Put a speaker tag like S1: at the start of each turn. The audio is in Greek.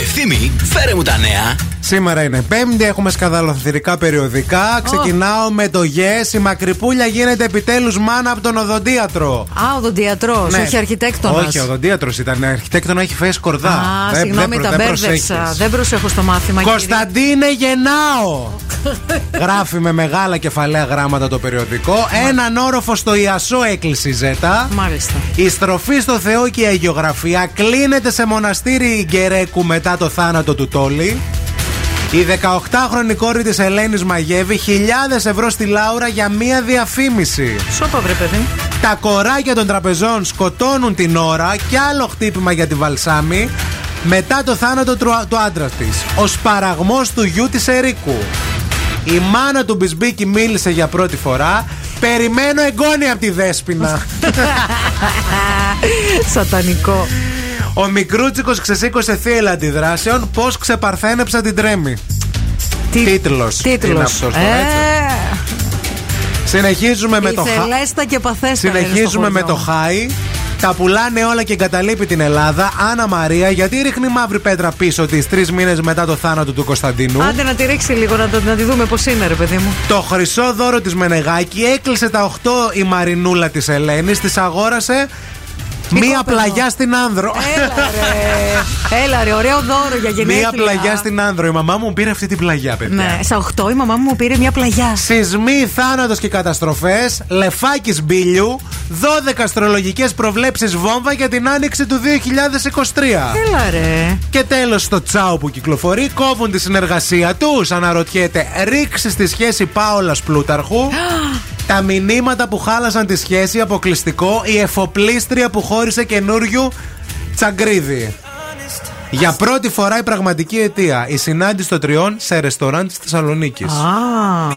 S1: Ευθύμη, φέρε μου τα νέα.
S2: Σήμερα είναι Πέμπτη, έχουμε σκαδαλοθυρικά περιοδικά. Ξεκινάω με το Yes. Η μακρυπούλια γίνεται επιτέλους μάνα από τον οδοντίατρο.
S3: Α, οδοντιατρό, όχι αρχιτέκτονας.
S2: Ναι. Όχι, οδοντίατρος ήταν. Αρχιτέκτονα έχει φέσει κορδά.
S3: Α,
S2: Δεν-
S3: συγγνώμη,
S2: δεν προ-
S3: τα
S2: δεν
S3: μπέρδεψα.
S2: προσέχεις.
S3: Δεν προσέχω στο μάθημα, κύριε.
S2: Κωνσταντίνε Γεννάο! Γράφει με μεγάλα κεφαλαία γράμματα το περιοδικό. Έναν όροφο στο Ιασό έκλεισε η Ζέτα.
S3: Μάλιστα.
S2: Η στροφή στο Θεό και η αγιογραφία κλείνεται σε μοναστήρι Γκερέκου μετά το θάνατο του Τόλι. Η 18χρονη κόρη της Ελένης μαγεύει χιλιάδες ευρώ στη Λάουρα για μία διαφήμιση.
S3: Σώπα, βρε παιδί.
S2: Τα κοράκια των τραπεζών σκοτώνουν την ώρα και άλλο χτύπημα για τη Βαλσάμι μετά το θάνατο του, του άντρας της. Ο σπαραγμός του γιου της Ερίκου. Η μάνα του Μπισμπίκη μίλησε για πρώτη φορά. Περιμένω εγγόνια από τη Δέσποινα.
S3: Σατανικό.
S2: Ο μικρούτσικος ξεσήκωσε θύελα αντιδράσεων. Πώς ξεπαρθένεψα την τρέμη. Τίτλος. Είναι
S3: Τίτλο.
S2: αυτός τώρα, Συνεχίζουμε με το χα...
S3: Ε, Θελέστα και παθέστα. λένε στο
S2: Συνεχίζουμε με το
S3: χωριό.
S2: Χάι. Τα πουλάνε όλα και εγκαταλείπει την Ελλάδα. Άννα Μαρία, γιατί ρίχνει μαύρη πέτρα πίσω τη τρεις μήνες μετά το θάνατο του Κωνσταντίνου.
S3: Άντε να τη ρίξει λίγο, να, το- να τη δούμε πώς είναι, ρε παιδί μου.
S2: Το χρυσό δώρο της Μενεγάκη έκλεισε τα 8 η Μαρινούλα της Ελένης. Τη αγόρασε μία
S3: κόπεδο.
S2: πλαγιά στην άνδρο.
S3: Έλα ρε. Έλα ρε, ωραίο δώρο για γενέθλια.
S2: μία πλαγιά στην άνδρο. Η μαμά μου πήρε αυτή την πλαγιά, παιδιά.
S3: Ναι, στα 8 η μαμά μου πήρε μια πλαγιά.
S2: Σεισμοί, θάνατος και καταστροφές Λεφάκης Μπίλιου 12 αστρολογικές προβλέψεις βόμβα για την άνοιξη του 2023
S3: Έλα ρε.
S2: Και τέλος, στο τσάο που κυκλοφορεί, κόβουν τη συνεργασία τους. Αναρωτιέται, ρίξει στη σχέση Πάολας Πλούταρχου. Τα μηνύματα που χάλασαν τη σχέση, αποκλειστικό. Η εφοπλίστρια που χώρισε καινούριου τσαγκρίδι. Για πρώτη φορά η πραγματική αιτία. Η συνάντηση των τριών σε ρεστοράν της Θεσσαλονίκης.
S3: Α.